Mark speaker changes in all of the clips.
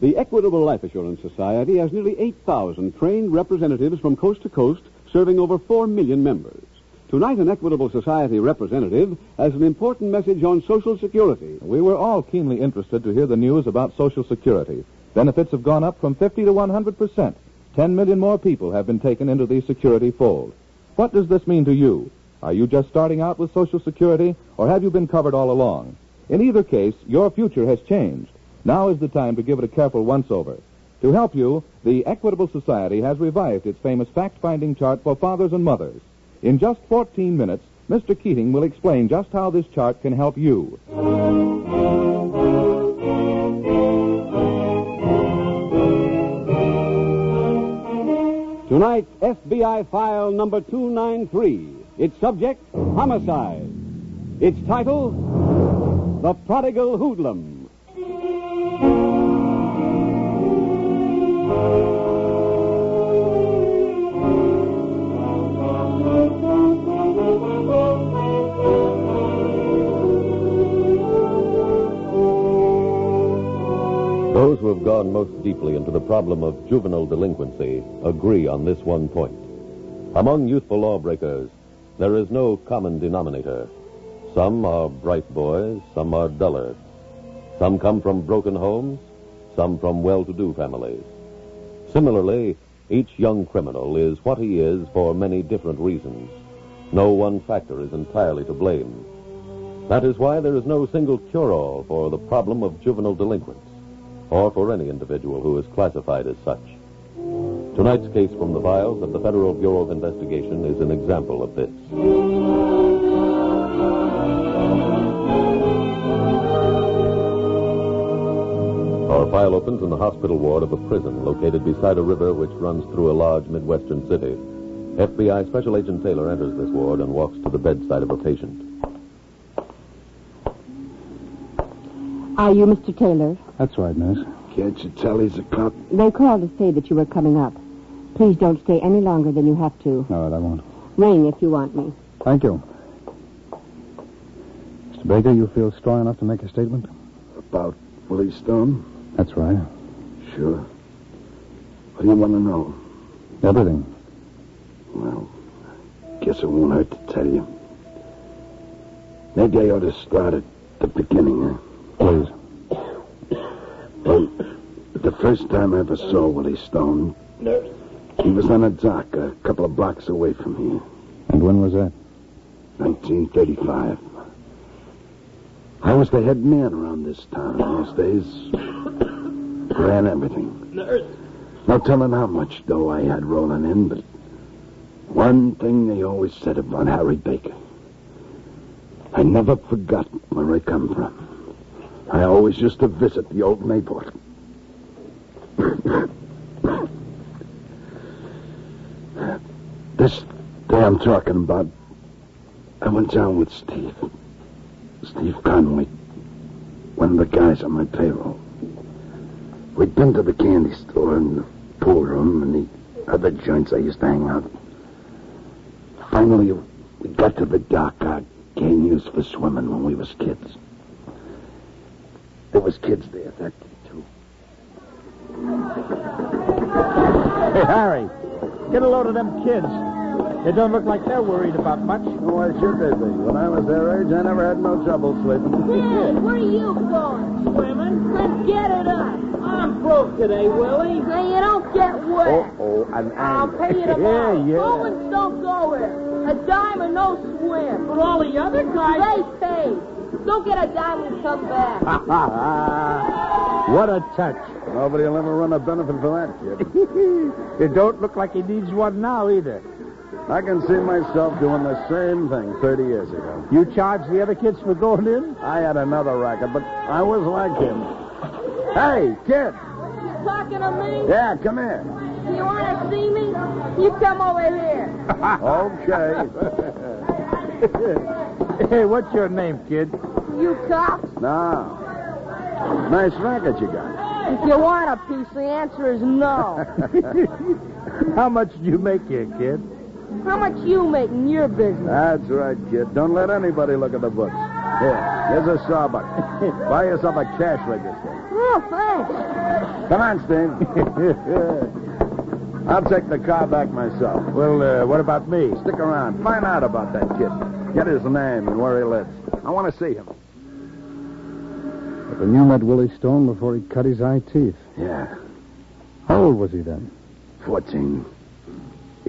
Speaker 1: The Equitable Life Assurance Society has nearly 8,000 trained representatives from coast to coast, serving over 4 million members. Tonight, an Equitable Society representative has an important message on Social Security.
Speaker 2: We were all keenly interested to hear the news about Social Security. Benefits have gone up from 50 to 100 percent. Ten million more people have been taken into the security fold. What does this mean to you? Are you just starting out with Social Security, or have you been covered all along? In either case, your future has changed. Now is the time to give it a careful once over. To help you, the Equitable Society has revised its famous fact finding chart for fathers and mothers. In just 14 minutes, Mr. Keating will explain just how this chart can help you.
Speaker 1: Tonight's FBI file number 293. Its subject, homicide. Its title, The Prodigal Hoodlum.
Speaker 3: Those who have gone most deeply into the problem of juvenile delinquency agree on this one point. Among youthful lawbreakers, there is no common denominator. Some are bright boys, some are duller. Some come from broken homes, some from well to do families. Similarly, each young criminal is what he is for many different reasons. No one factor is entirely to blame. That is why there is no single cure all for the problem of juvenile delinquents or for any individual who is classified as such. Tonight's case from the files of the Federal Bureau of Investigation is an example of this. Our file opens in the hospital ward of a prison located beside a river which runs through a large Midwestern city. FBI Special Agent Taylor enters this ward and walks to the bedside of a patient.
Speaker 4: Are you Mr. Taylor?
Speaker 5: That's right, miss.
Speaker 6: Can't you tell he's a cop?
Speaker 4: They called to say that you were coming up. Please don't stay any longer than you have to.
Speaker 5: All right, I won't.
Speaker 4: Ring if you want me.
Speaker 5: Thank you. Mr. Baker, you feel strong enough to make a statement?
Speaker 6: About Willie Stone?
Speaker 5: That's right.
Speaker 6: Sure. What do you want to know?
Speaker 5: Everything.
Speaker 6: Well, guess it won't hurt to tell you. Maybe I ought to start at the beginning, huh?
Speaker 5: Please.
Speaker 6: Well, the first time I ever saw Willie Stone, he was on a dock a couple of blocks away from here,
Speaker 5: And when was that?
Speaker 6: 1935. I was the head man around this town in those days. Ran everything. No telling how much dough I had rolling in, but one thing they always said about Harry Baker. I never forgot where I come from. I always used to visit the old Mayport. this day I'm talking about, I went down with Steve. Steve Conway, one of the guys on my payroll. We'd been to the candy store and the pool room and the other joints I used to hang out. Finally, we got to the dock I can't use for swimming when we was kids. There was kids there that day too.
Speaker 7: Hey, Harry, get a load of them kids. They don't look like they're worried about much.
Speaker 6: Why should they be? When I was their age, I never had no trouble
Speaker 8: Hey, where are you going? Swimming. Let's get it up. I'm broke today, Willie. Now you don't get wet.
Speaker 6: oh, I'm
Speaker 8: I'll pay you tomorrow. Go and don't go in. A dime and no swim. But all the other guys. They pay. Don't get a dime and come back.
Speaker 6: Ah.
Speaker 7: What a touch.
Speaker 6: Nobody will ever run a benefit for that kid.
Speaker 7: it don't look like he needs one now either.
Speaker 6: I can see myself doing the same thing 30 years ago.
Speaker 7: You charged the other kids for going in?
Speaker 6: I had another racket, but I was like him. Hey, kid!
Speaker 8: You talking to me?
Speaker 6: Yeah, come here.
Speaker 8: You want to see me? You come over here.
Speaker 6: Okay.
Speaker 7: Hey, what's your name, kid?
Speaker 8: You cops.
Speaker 6: now, nice racket you got.
Speaker 8: If you want a piece, the answer is no.
Speaker 7: How much do you make here, kid?
Speaker 8: How much you make in your business?
Speaker 6: That's right, kid. Don't let anybody look at the books. Here, here's a sawbuck. Buy yourself a cash register.
Speaker 8: Oh, thanks.
Speaker 6: Come on, Steve. I'll take the car back myself.
Speaker 7: Well, uh, what about me?
Speaker 6: Stick around. Find out about that kid. Get his name and where he lives. I want to see him.
Speaker 5: But when you met Willie Stone before he cut his eye teeth,
Speaker 6: Yeah,
Speaker 5: how old was he then?
Speaker 6: 14.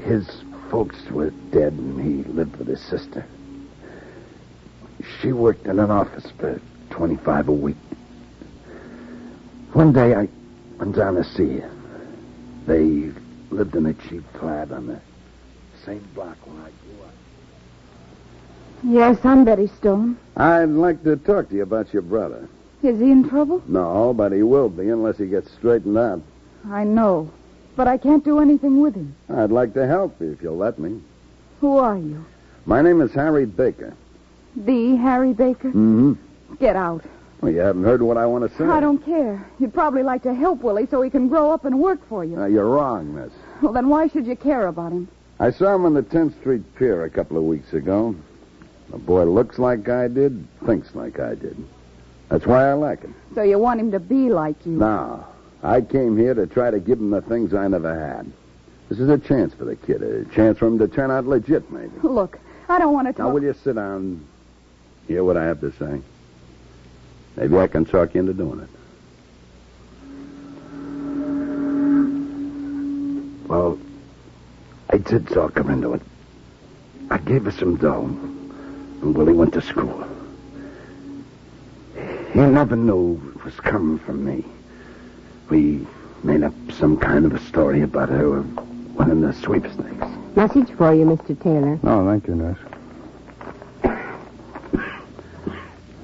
Speaker 6: His folks were dead, and he lived with his sister. She worked in an office for 25 a week. One day I went down to see her. They lived in a cheap flat on the same block where I grew up.
Speaker 9: Yes, I'm Betty Stone.
Speaker 6: I'd like to talk to you about your brother.
Speaker 9: Is he in trouble?
Speaker 6: No, but he will be unless he gets straightened out.
Speaker 9: I know. But I can't do anything with him.
Speaker 6: I'd like to help you if you'll let me.
Speaker 9: Who are you?
Speaker 6: My name is Harry Baker.
Speaker 9: The Harry Baker?
Speaker 6: Mm-hmm.
Speaker 9: Get out.
Speaker 6: Well, you haven't heard what I want to say.
Speaker 9: I don't care. You'd probably like to help Willie so he can grow up and work for you.
Speaker 6: Now, you're wrong, miss.
Speaker 9: Well, then why should you care about him?
Speaker 6: I saw him on the 10th Street Pier a couple of weeks ago. The boy looks like I did, thinks like I did. That's why I like him.
Speaker 9: So you want him to be like you.
Speaker 6: Now, I came here to try to give him the things I never had. This is a chance for the kid, a chance for him to turn out legit, maybe.
Speaker 9: Look, I don't want to
Speaker 6: Now,
Speaker 9: talk.
Speaker 6: will you sit down and hear what I have to say? Maybe I can talk you into doing it. Well, I did talk her into it. I gave her some dough, and Willie went to school. He never knew it was coming from me. We made up some kind of a story about her winning the sweepstakes.
Speaker 4: Message for you, Mr. Taylor.
Speaker 5: Oh, thank you, nurse.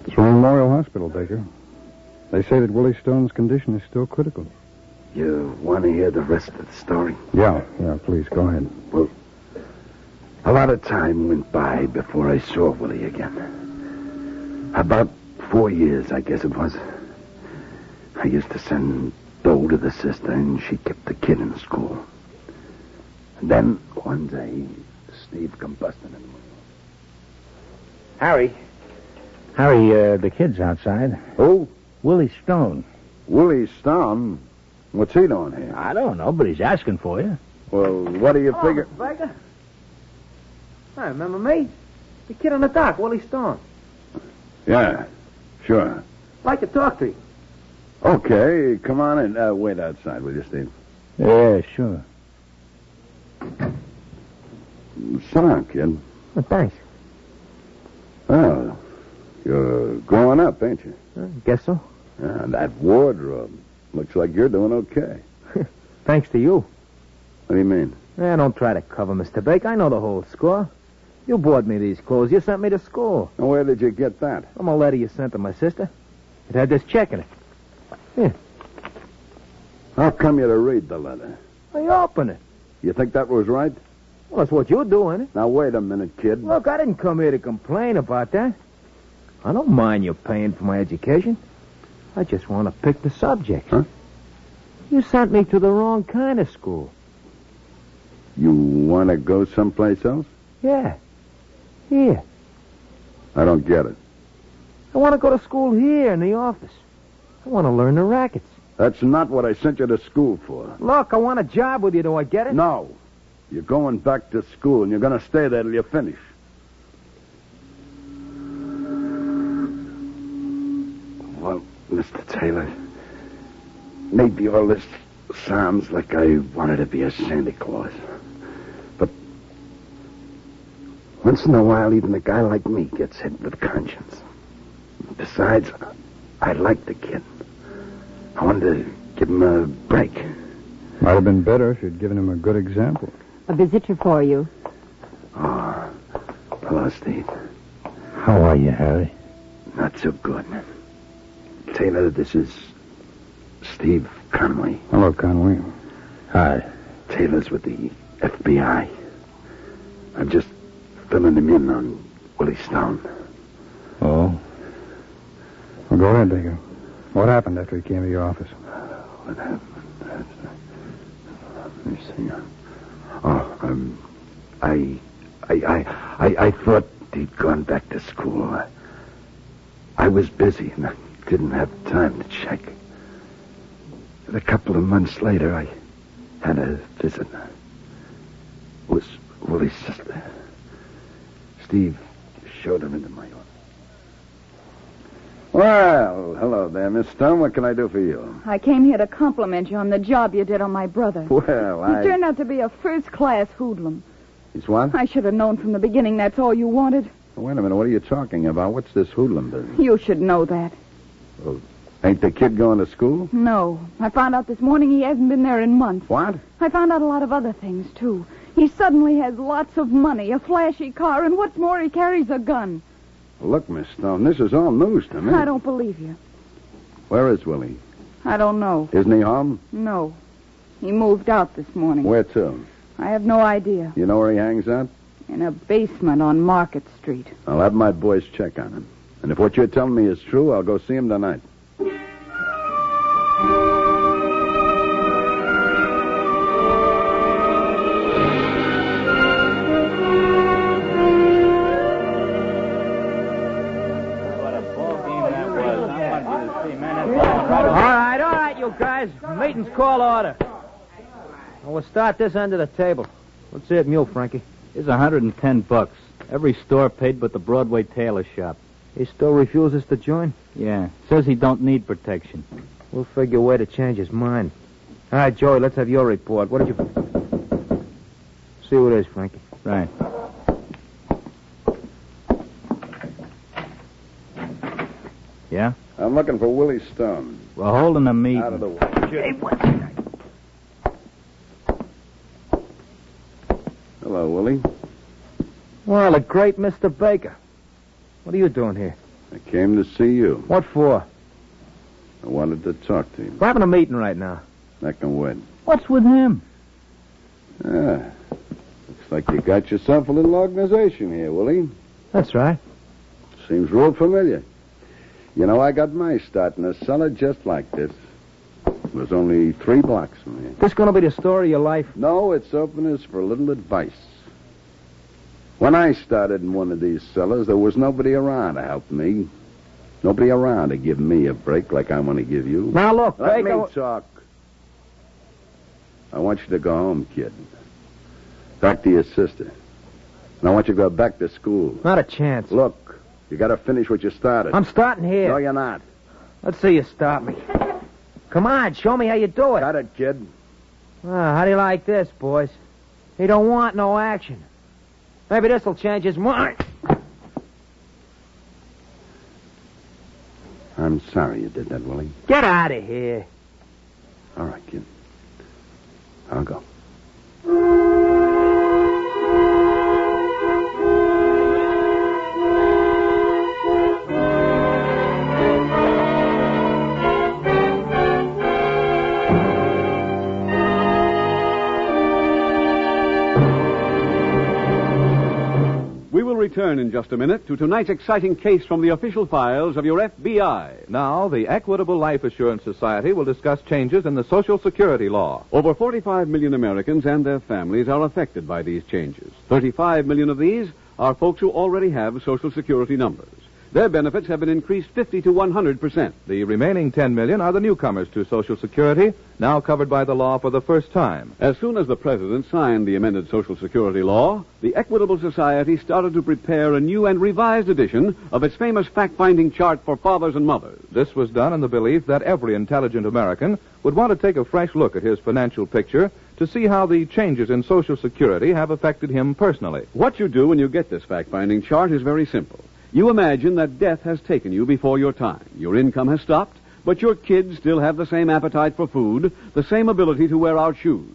Speaker 5: It's from Memorial Hospital, Baker. They say that Willie Stone's condition is still critical.
Speaker 6: You want to hear the rest of the story?
Speaker 5: Yeah, yeah, please, go ahead.
Speaker 6: A lot of time went by before I saw Willie again. About four years, I guess it was. I used to send dough to the sister, and she kept the kid in school. And then one day, Steve come busting in.
Speaker 7: Harry. Harry, uh, the kid's outside.
Speaker 6: Who?
Speaker 7: Willie Stone.
Speaker 6: Willie Stone. What's he doing here?
Speaker 7: I don't know, but he's asking for you.
Speaker 6: Well, what do you
Speaker 10: Oh.
Speaker 6: figure?
Speaker 11: Oh, Baker. I remember me. The kid on the dock, Willie Stone.
Speaker 6: Yeah, sure.
Speaker 11: Like to talk to you.
Speaker 6: Okay, come on in. Uh, wait outside, will you, Steve?
Speaker 7: Yeah, sure.
Speaker 6: Sit down, kid.
Speaker 11: Well, thanks.
Speaker 6: Oh, you're growing up, ain't you?
Speaker 11: Uh, guess so.
Speaker 6: Ah, that wardrobe. Looks like you're doing okay.
Speaker 11: Thanks to you.
Speaker 6: What do you mean?
Speaker 11: Eh, don't try to cover, Mr. Baker. I know the whole score. You bought me these clothes. You sent me to school.
Speaker 6: And where did you get that?
Speaker 11: From a letter you sent to my sister. It had this check in it.
Speaker 6: How come you to read the letter?
Speaker 11: I opened it.
Speaker 6: You think that was right?
Speaker 11: Well, that's what you do, ain't it?
Speaker 6: Now, wait a minute, kid.
Speaker 11: Look, I didn't come here to complain about that. I don't mind you paying for my education. I just want to pick the subject.
Speaker 6: Huh?
Speaker 11: You sent me to the wrong kind of school.
Speaker 6: You want to go someplace else?
Speaker 11: Yeah. Here.
Speaker 6: I don't get it.
Speaker 11: I want to go to school here in the office. I want to learn the rackets.
Speaker 6: That's not what I sent you to school for.
Speaker 11: Look, I want a job with you. Do I get it?
Speaker 6: No. You're going back to school, and you're going to stay there till you finish. Well, Mr. Taylor, maybe all this sounds like I wanted to be a Santa Claus. But once in a while, even a guy like me gets hit with conscience. Besides, I like the kid. I wanted to give him a break.
Speaker 5: Might have been better if you'd given him a good example.
Speaker 4: A visitor for you.
Speaker 6: State.
Speaker 10: How are you, Harry?
Speaker 6: Not so good. Taylor, this is Steve Conway.
Speaker 5: Hello, Conway.
Speaker 10: Hi.
Speaker 6: Taylor's with the FBI. I'm just filling him in on Willie Stone.
Speaker 10: Oh?
Speaker 5: Well, go ahead, Baker. What happened after he came to your office?
Speaker 6: What happened? Let me see. Oh, um, I, I, I, I, I thought he'd gone back to school. I, I was busy and I didn't have time to check. And a couple of months later, I had a visit. It was Willie's sister. Steve showed him into my office. Well, hello there, Miss Stone. What can I do for you?
Speaker 9: I came here to compliment you on the job you did on my brother.
Speaker 6: Well,
Speaker 9: He turned out to be a first-class hoodlum.
Speaker 6: It's what?
Speaker 9: I should have known from the beginning that's all you wanted.
Speaker 6: Wait a minute. What are you talking about? What's this hoodlum business?
Speaker 9: You should know that.
Speaker 6: Oh. Ain't the kid going to school?
Speaker 9: No. I found out this morning he hasn't been there in months.
Speaker 6: What?
Speaker 9: I found out a lot of other things, too. He suddenly has lots of money, a flashy car, and what's more, he carries a gun.
Speaker 6: Look, Miss Stone, this is all news to me.
Speaker 9: I don't believe you.
Speaker 6: Where is Willie?
Speaker 9: I don't know.
Speaker 6: Isn't he home?
Speaker 9: No. He moved out this morning.
Speaker 6: Where to?
Speaker 9: I have no idea.
Speaker 6: You know where he hangs out?
Speaker 9: In a basement on Market Street.
Speaker 6: I'll have my boys check on him. And if what you're telling me is true, I'll go see him tonight.
Speaker 11: All right, all right, you guys. Meeting's call order. Well, we'll start this end of the table. Let's see it mule, Frankie.
Speaker 12: Here's 110 bucks. Every store paid but the Broadway tailor shop.
Speaker 11: He still refuses to join?
Speaker 12: Yeah. Says he don't need protection.
Speaker 11: We'll figure a way to change his mind. All right, Joey, let's have your report. What did you... See who it is, Frankie.
Speaker 12: Right. Yeah?
Speaker 6: I'm looking for Willie Stone.
Speaker 12: We're holding a meeting.
Speaker 6: Out of the way. Hello, Willie.
Speaker 11: Well, the great Mr. Baker. What are you doing here?
Speaker 6: I came to see you.
Speaker 11: What for?
Speaker 6: I wanted to talk to you.
Speaker 11: We're having a meeting right now.
Speaker 6: I can wait.
Speaker 12: What's with him?
Speaker 6: Ah, looks like you got yourself a little organization here, Willie.
Speaker 11: That's right.
Speaker 6: Seems real familiar. You know, I got my start in a cellar just like this. It was only three blocks from here.
Speaker 11: This going to be the story of your life?
Speaker 6: No, it's openers for a little advice. When I started in one of these cellars, there was nobody around to help me. Nobody around to give me a break like I want to give you.
Speaker 11: Now, look,
Speaker 6: Let
Speaker 11: Baker...
Speaker 6: me talk. I want you to go home, kid. Back to your sister. And I want you to go back to school.
Speaker 11: Not a chance.
Speaker 6: Look, you got to finish what you started.
Speaker 11: I'm starting here.
Speaker 6: No, you're not.
Speaker 11: Let's see you stop me. Come on, show me how you do it.
Speaker 6: Got it, kid.
Speaker 11: Ah, how do you like this, boys? He don't want no action. Maybe this'll change his mind.
Speaker 6: I'm sorry you did that, Willie.
Speaker 11: Get out of here.
Speaker 6: All right, kid. I'll go.
Speaker 1: We will return in just a minute to tonight's exciting case from the official files of your FBI.
Speaker 2: Now, the Equitable Life Assurance Society will discuss changes in the Social Security law.
Speaker 1: Over 45 million Americans and their families are affected by these changes. 35 million of these are folks who already have Social Security numbers. Their benefits have been increased 50 to 100 percent.
Speaker 2: The remaining 10 million are the newcomers to Social Security, now covered by the law for the first time.
Speaker 1: As soon as the president signed the amended Social Security law, the Equitable Society started to prepare a new and revised edition of its famous fact-finding chart for fathers and mothers.
Speaker 2: This was done in the belief that every intelligent American would want to take a fresh look at his financial picture to see how the changes in Social Security have affected him personally.
Speaker 1: What you do when you get this fact finding chart is very simple. You imagine that death has taken you before your time. Your income has stopped, but your kids still have the same appetite for food, the same ability to wear out shoes.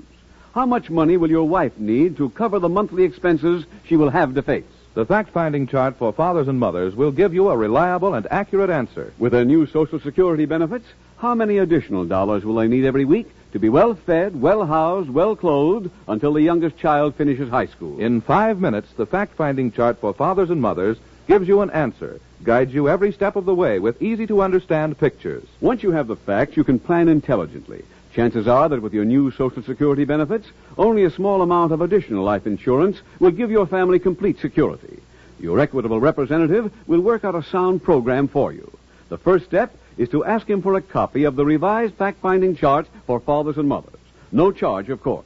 Speaker 1: How much money will your wife need to cover the monthly expenses she will have to face?
Speaker 2: The fact finding chart for fathers and mothers will give you a reliable and accurate answer.
Speaker 1: With their new Social Security benefits, how many additional dollars will they need every week to be well fed, well housed, well clothed until the youngest child finishes high school?
Speaker 2: In five minutes, the fact finding chart for fathers and mothers gives you an answer, guides you every step of the way with easy to understand pictures.
Speaker 1: Once you have the facts, you can plan intelligently. Chances are that with your new Social Security benefits, only a small amount of additional life insurance will give your family complete security. Your equitable representative will work out a sound program for you. The first step is to ask him for a copy of the revised fact finding chart for fathers and mothers. No charge, of course.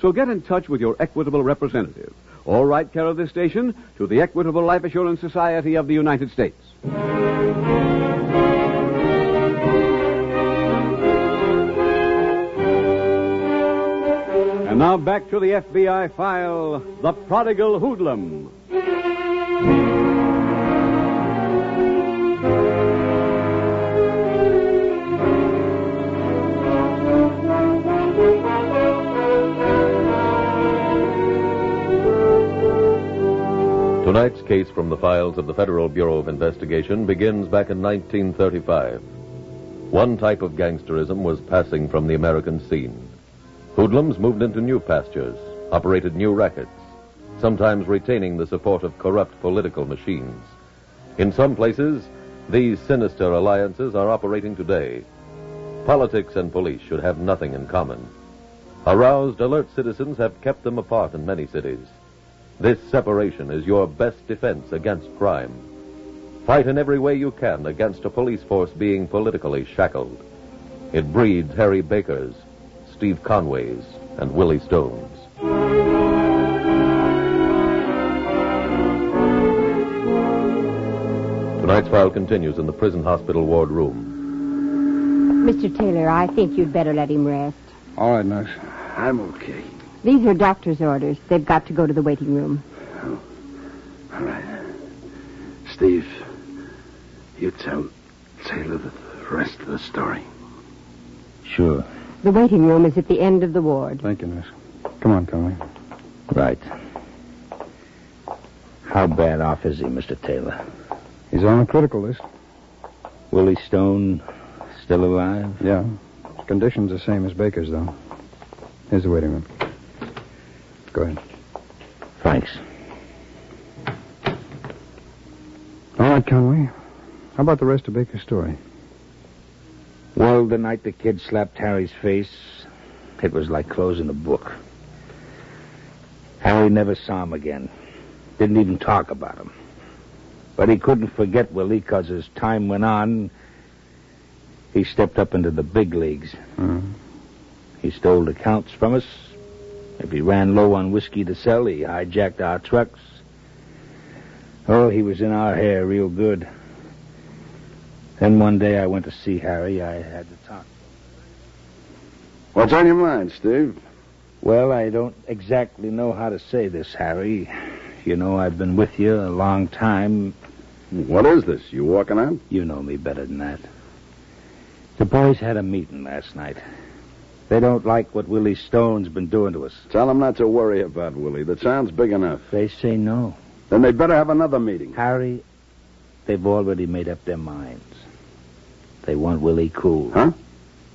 Speaker 1: So get in touch with your equitable representative or write care of this station to the Equitable Life Assurance Society of the United States. And now back to the FBI file The Prodigal Hoodlum.
Speaker 3: Tonight's case from the files of the Federal Bureau of Investigation begins back in 1935. One type of gangsterism was passing from the American scene. Hoodlums moved into new pastures, operated new rackets, sometimes retaining the support of corrupt political machines. In some places, these sinister alliances are operating today. Politics and police should have nothing in common. Aroused, alert citizens have kept them apart in many cities. This separation is your best defense against crime. Fight in every way you can against a police force being politically shackled. It breeds Harry Bakers, Steve Conways, and Willie Stones. Tonight's file continues in the prison hospital ward room.
Speaker 4: Mr. Taylor, I think you'd better let him rest.
Speaker 5: All right, nurse.
Speaker 6: I'm okay.
Speaker 4: These are doctor's orders. They've got to go to the waiting room.
Speaker 6: All right. Steve, you tell Taylor the rest of the story.
Speaker 10: Sure.
Speaker 4: The waiting room is at the end of the ward.
Speaker 5: Thank you, nurse. Come on, Conway.
Speaker 10: Right. How bad off is he, Mr. Taylor?
Speaker 5: He's on the critical list.
Speaker 10: Willie Stone still alive?
Speaker 5: Yeah. His condition's the same as Baker's, though. Here's the waiting room. Go ahead.
Speaker 10: Thanks.
Speaker 5: All right, Conway. How about the rest of Baker's story?
Speaker 10: Well, the night the kid slapped Harry's face, it was like closing a book. Harry never saw him again. Didn't even talk about him. But he couldn't forget Willie because as time went on, he stepped up into the big leagues. He stole accounts from us. If he ran low on whiskey to sell, he hijacked our trucks. Oh, he was in our hair real good. Then one day I went to see Harry. I had to talk.
Speaker 6: What's on your mind, Steve?
Speaker 10: Well, I don't exactly know how to say this, Harry. You know, I've been with you a long time.
Speaker 6: What is this? You walking out?
Speaker 10: You know me better than that. The boys had a meeting last night. They don't like what Willie Stone's been doing to us.
Speaker 6: Tell them not to worry about Willie. The sound's big enough.
Speaker 10: They say no.
Speaker 6: Then they better have another meeting.
Speaker 10: Harry, they've already made up their minds. They want Willie cool.
Speaker 6: Huh?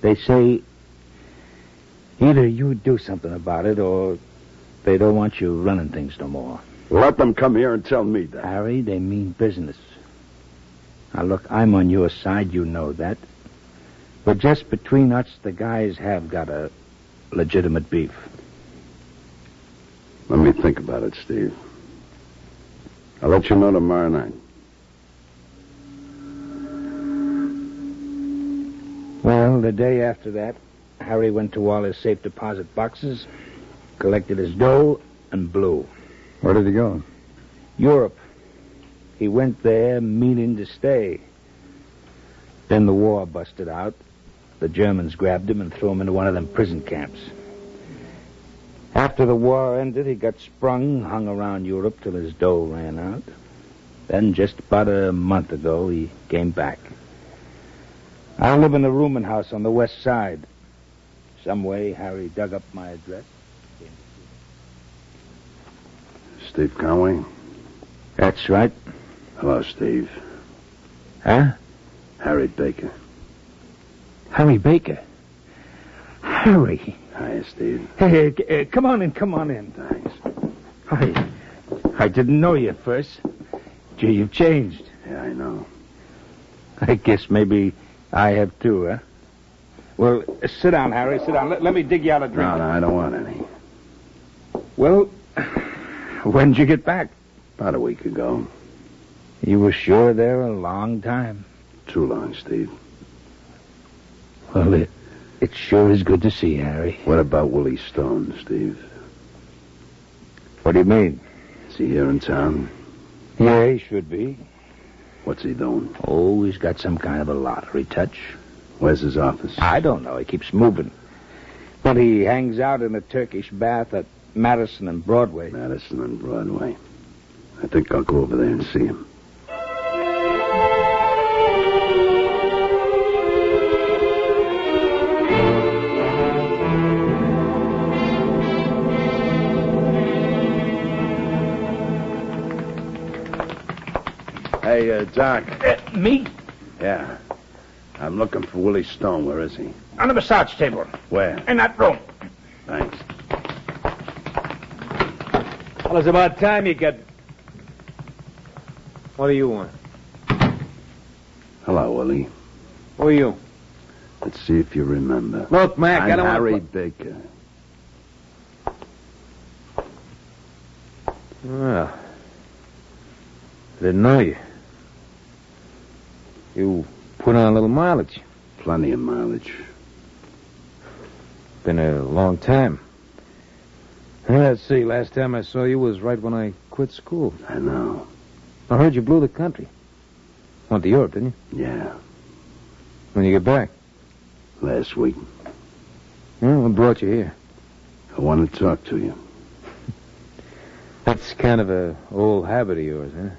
Speaker 10: They say either you do something about it or they don't want you running things no more.
Speaker 6: Let them come here and tell me that.
Speaker 10: Harry, they mean business. Now, look, I'm on your side, you know that. But just between us, the guys have got a legitimate beef.
Speaker 6: Let me think about it, Steve. I'll let you know tomorrow night.
Speaker 10: Well, the day after that, Harry went to all his safe deposit boxes, collected his dough, and blew.
Speaker 5: Where did he go?
Speaker 10: Europe. He went there meaning to stay. Then the war busted out. The Germans grabbed him and threw him into one of them prison camps. After the war ended, he got sprung, hung around Europe till his dough ran out. Then, just about a month ago, he came back. I live in a rooming house on the west side. Some way, Harry dug up my address.
Speaker 6: Steve Conway,
Speaker 10: That's right.
Speaker 6: Hello, Steve.
Speaker 10: Huh?
Speaker 6: Harry Baker.
Speaker 10: Harry Baker. Harry.
Speaker 6: Hi, Steve.
Speaker 10: Hey, uh, come on in, come on in.
Speaker 6: Thanks.
Speaker 10: Hi. I didn't know you at first. Gee, you've changed.
Speaker 6: Yeah, I know.
Speaker 10: I guess maybe I have too, huh? Well, uh, sit down, Harry, sit down. Let, let me dig you out a drink.
Speaker 6: No, no, I don't want any.
Speaker 10: Well, when'd you get back?
Speaker 6: About a week ago.
Speaker 10: You were sure there a long time.
Speaker 6: Too long, Steve.
Speaker 10: Well, it, it sure is good to see you, Harry.
Speaker 6: What about Willie Stone, Steve?
Speaker 10: What do you mean?
Speaker 6: Is he here in town?
Speaker 10: Yeah, he should be.
Speaker 6: What's he doing?
Speaker 10: Oh, he's got some kind of a lottery touch.
Speaker 6: Where's his office?
Speaker 10: I don't know. He keeps moving. But he hangs out in a Turkish bath at Madison and Broadway.
Speaker 6: Madison and Broadway. I think I'll go over there and see him. Hey, uh, Doc.
Speaker 10: Eh. me?
Speaker 6: Yeah. I'm looking for Willie Stone. Where is he?
Speaker 10: On the massage table.
Speaker 6: Where?
Speaker 10: In that room.
Speaker 6: Thanks.
Speaker 12: Well, it's about time you get. What do you want?
Speaker 6: Hello, Willie.
Speaker 12: Who are you?
Speaker 6: Let's see if you remember.
Speaker 12: Look, Mac,
Speaker 6: I'm
Speaker 12: I don't wanna
Speaker 6: Harry
Speaker 12: put-
Speaker 6: Baker.
Speaker 12: Well, I Ah. didn't know you. You put on a little mileage.
Speaker 6: Plenty of mileage.
Speaker 12: Been a long time. Well, Let's see. Last time I saw you was right when I quit school.
Speaker 6: I know.
Speaker 12: I heard you blew the country. Went to Europe, didn't you?
Speaker 6: Yeah.
Speaker 12: When you get back.
Speaker 6: Last week.
Speaker 12: Well, Hmm, what brought you here?
Speaker 6: I want to talk to you.
Speaker 12: That's kind of a old habit of yours, huh?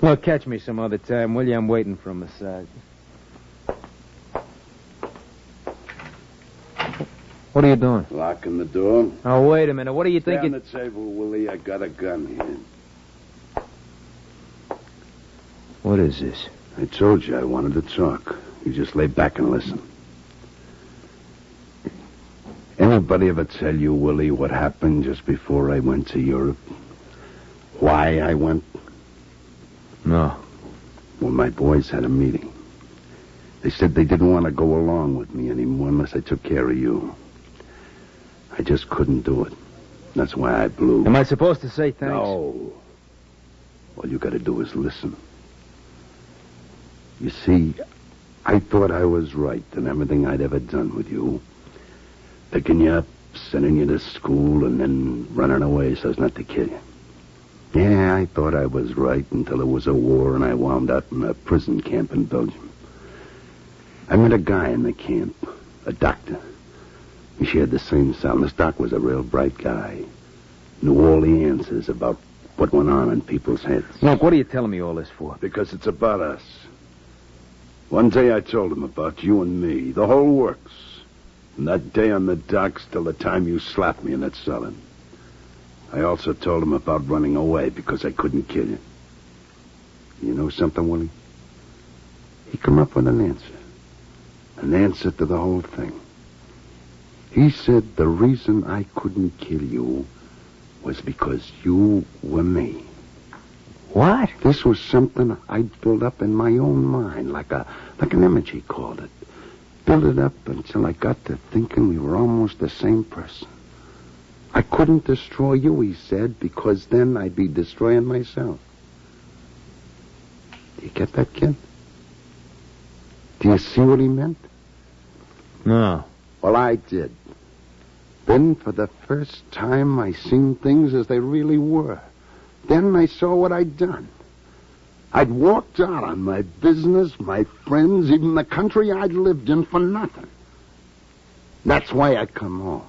Speaker 12: Look, catch me some other time, will you? I'm waiting for a massage. What are you doing?
Speaker 6: Locking the door.
Speaker 12: Oh, wait a minute. What are you
Speaker 6: Stay
Speaker 12: thinking?
Speaker 6: on the table, Willie. I got a gun here.
Speaker 12: What is this?
Speaker 6: I told you I wanted to talk. You just lay back and listen. Anybody ever tell you, Willie, what happened just before I went to Europe? Why I went?
Speaker 12: No.
Speaker 6: Well, my boys had a meeting. They said they didn't want to go along with me anymore unless I took care of you. I just couldn't do it. That's why I blew.
Speaker 12: Am I supposed to say thanks?
Speaker 6: No. All you got to do is listen. You see, I thought I was right in everything I'd ever done with you. Picking you up, sending you to school, and then running away so as not to kill you. Yeah, I thought I was right until there was a war and I wound up in a prison camp in Belgium. I met a guy in the camp, a doctor. We shared the same cell. and This doc was a real bright guy. Knew all the answers about what went on in people's heads.
Speaker 12: Look, what are you telling me all this for?
Speaker 6: Because it's about us. One day I told him about you and me, the whole works. From that day on the docks till the time you slapped me in that cellar. I also told him about running away because I couldn't kill you. You know something, Willie? He come up with an answer. An answer to the whole thing. He said the reason I couldn't kill you was because you were me.
Speaker 12: What?
Speaker 6: This was something I built up in my own mind, like a like an image, he called it. Built it up until I got to thinking we were almost the same person. I couldn't destroy you, he said, because then I'd be destroying myself. Do you get that, kid? Do you see what he meant?
Speaker 12: No.
Speaker 6: Well, I did. Then, for the first time, I seen things as they really were. Then I saw what I'd done. I'd walked out on my business, my friends, even the country I'd lived in for nothing. That's why I come home.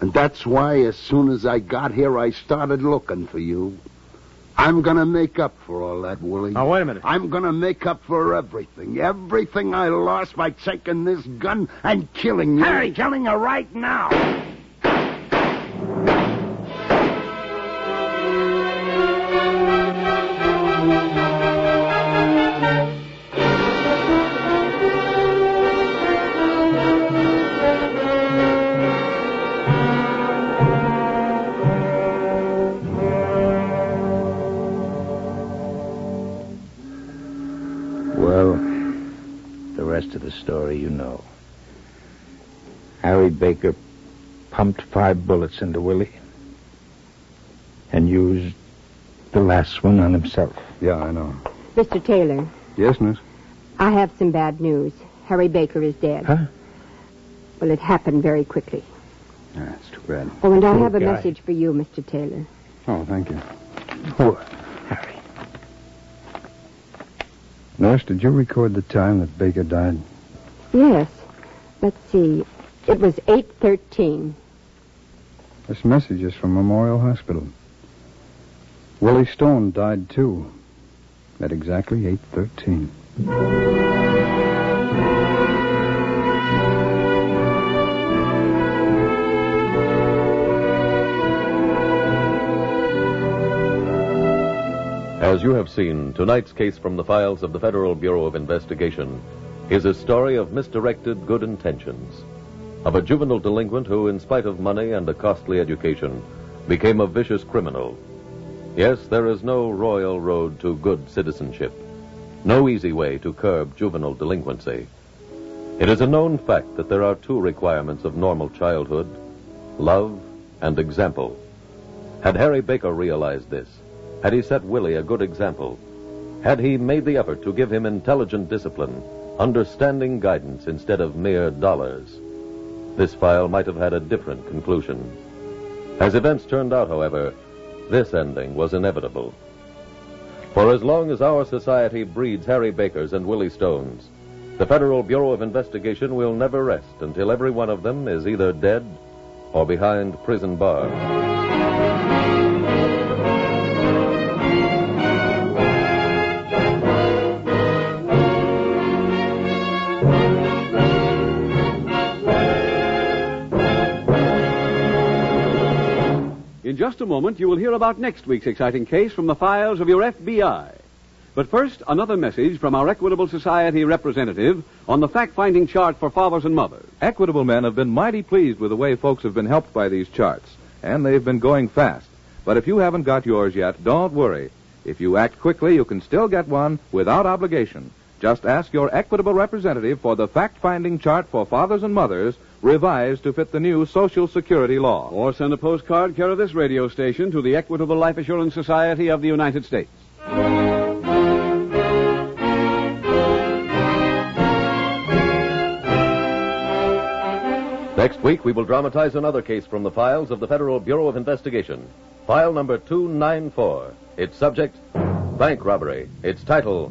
Speaker 6: And that's why, as soon as I got here, I started looking for you. I'm gonna make up for all that, Willie.
Speaker 12: Now, wait a minute.
Speaker 6: I'm gonna make up for everything. Everything I lost by taking this gun and killing you.
Speaker 10: Harry!
Speaker 6: Killing you right now.
Speaker 10: rest of the story you know. Harry Baker pumped five bullets into Willie and used the last one on himself.
Speaker 5: Yeah, I know.
Speaker 4: Mr. Taylor,
Speaker 5: Yes, miss?
Speaker 4: I have some bad news. Harry Baker is dead.
Speaker 5: Huh?
Speaker 4: Well, it happened very quickly.
Speaker 5: That's Ah, too bad.
Speaker 4: Oh, and I have a message for you, Mr. Taylor.
Speaker 5: Oh, thank you.
Speaker 4: Oh,
Speaker 5: Nurse, did you record the time that Baker died?
Speaker 4: Yes. Let's see. It was 8.13.
Speaker 5: This message is from Memorial Hospital. Willie Stone died too. At exactly 8.13.
Speaker 3: As you have seen, tonight's case from the files of the Federal Bureau of Investigation is a story of misdirected good intentions, of a juvenile delinquent who, in spite of money and a costly education, became a vicious criminal. Yes, there is no royal road to good citizenship, no easy way to curb juvenile delinquency. It is a known fact that there are two requirements of normal childhood love and example. Had Harry Baker realized this, had he set Willie a good example, had he made the effort to give him intelligent discipline, understanding guidance instead of mere dollars, this file might have had a different conclusion. As events turned out, however, this ending was inevitable. For as long as our society breeds Harry Bakers and Willie Stones, the Federal Bureau of Investigation will never rest until every one of them is either dead or behind prison bars.
Speaker 1: In just a moment, you will hear about next week's exciting case from the files of your FBI. But first, another message from our Equitable Society representative on the fact finding chart for fathers and mothers.
Speaker 2: Equitable men have been mighty pleased with the way folks have been helped by these charts, and they've been going fast. But if you haven't got yours yet, don't worry. If you act quickly, you can still get one without obligation. Just ask your Equitable representative for the fact finding chart for fathers and mothers, revised to fit the new Social Security law.
Speaker 1: Or send a postcard care of this radio station to the Equitable Life Assurance Society of the United States.
Speaker 3: Next week, we will dramatize another case from the files of the Federal Bureau of Investigation. File number 294. Its subject, bank robbery. Its title,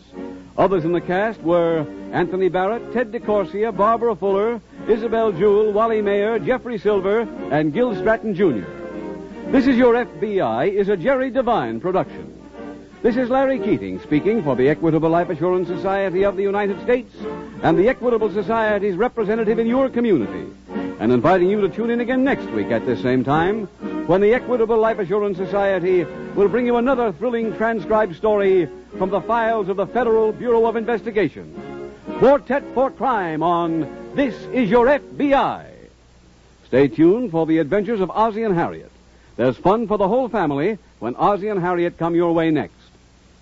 Speaker 1: Others in the cast were Anthony Barrett, Ted DeCorsia, Barbara Fuller, Isabel Jewell, Wally Mayer, Jeffrey Silver, and Gil Stratton Jr. This is Your FBI is a Jerry Devine production. This is Larry Keating speaking for the Equitable Life Assurance Society of the United States and the Equitable Society's representative in your community, and inviting you to tune in again next week at this same time when the Equitable Life Assurance Society will bring you another thrilling transcribed story from the files of the Federal Bureau of Investigation. Quartet for Crime on This Is Your FBI. Stay tuned for the adventures of Ozzie and Harriet. There's fun for the whole family when Ozzie and Harriet come your way next.